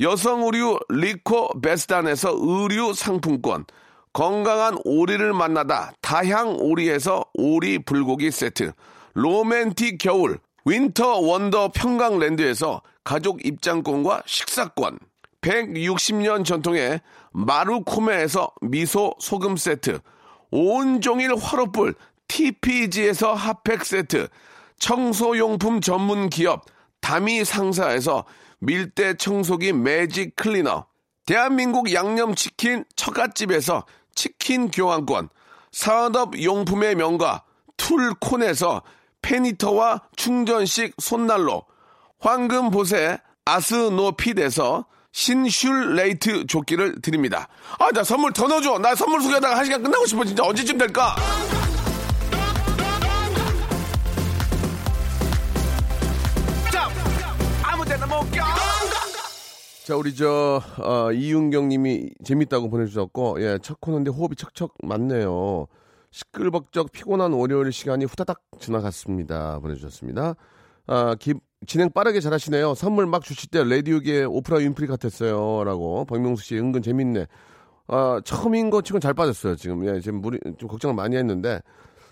여성 의류 리코 베스단에서 의류 상품권, 건강한 오리를 만나다 다향 오리에서 오리 불고기 세트 로맨틱 겨울 윈터 원더 평강랜드에서 가족 입장권과 식사권 160년 전통의 마루코메에서 미소 소금 세트 온종일 화로불 TPG에서 핫팩 세트 청소용품 전문 기업 다미 상사에서 밀대 청소기 매직 클리너 대한민국 양념치킨 처갓집에서 치킨 교환권, 산업용품의 명가 툴콘에서 페니터와 충전식 손난로, 황금보세 아스노핏에서 신슐레이트 조끼를 드립니다. 아, 나 선물 더 넣어줘. 나 선물 소개하다가 한 시간 끝나고 싶어. 진짜 언제쯤 될까? 자, 우리 저, 어, 이윤경 님이 재밌다고 보내주셨고, 예, 첫 코너인데 호흡이 척척 맞네요. 시끌벅적 피곤한 월요일 시간이 후다닥 지나갔습니다. 보내주셨습니다. 아, 기- 진행 빠르게 잘하시네요. 선물 막 주실 때 라디오계 오프라 윈프리 같았어요. 라고. 박명수 씨 은근 재밌네. 아, 처음인 거 치곤 잘 빠졌어요. 지금. 예, 지금 무리, 좀 걱정을 많이 했는데.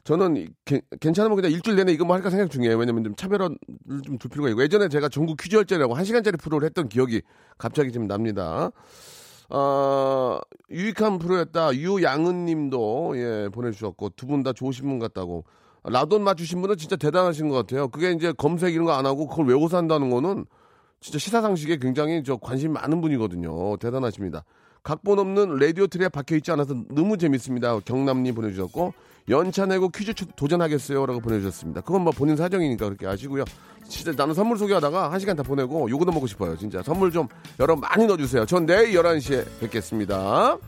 저는 이- 게- 괜찮으면 그냥 일주일 내내 이거 뭐 할까 생각 중이에요. 왜냐면 좀 차별화를 좀 둘 필요가 있고. 예전에 제가 전국 퀴즈 열전이라고 한 시간짜리 프로를 했던 기억이 갑자기 지금 납니다. 어, 유익한 프로였다. 유양은 님도 예, 보내주셨고, 두 분 다 좋으신 분 같다고. 라돈 맞추신 분은 진짜 대단하신 것 같아요. 그게 이제 검색 이런 거 안 하고 그걸 외워서 한다는 거는 진짜 시사상식에 굉장히 저 관심 많은 분이거든요. 대단하십니다. 각본 없는 라디오 틀에 박혀 있지 않아서 너무 재밌습니다. 경남님 보내주셨고 연차 내고 퀴즈 추- 도전하겠어요라고 보내주셨습니다. 그건 뭐 본인 사정이니까 그렇게 아시고요. 진짜 나는 선물 소개하다가 한 시간 다 보내고 요거도 먹고 싶어요. 진짜 선물 좀 여러분 많이 넣어주세요. 전 내일 11시에 뵙겠습니다.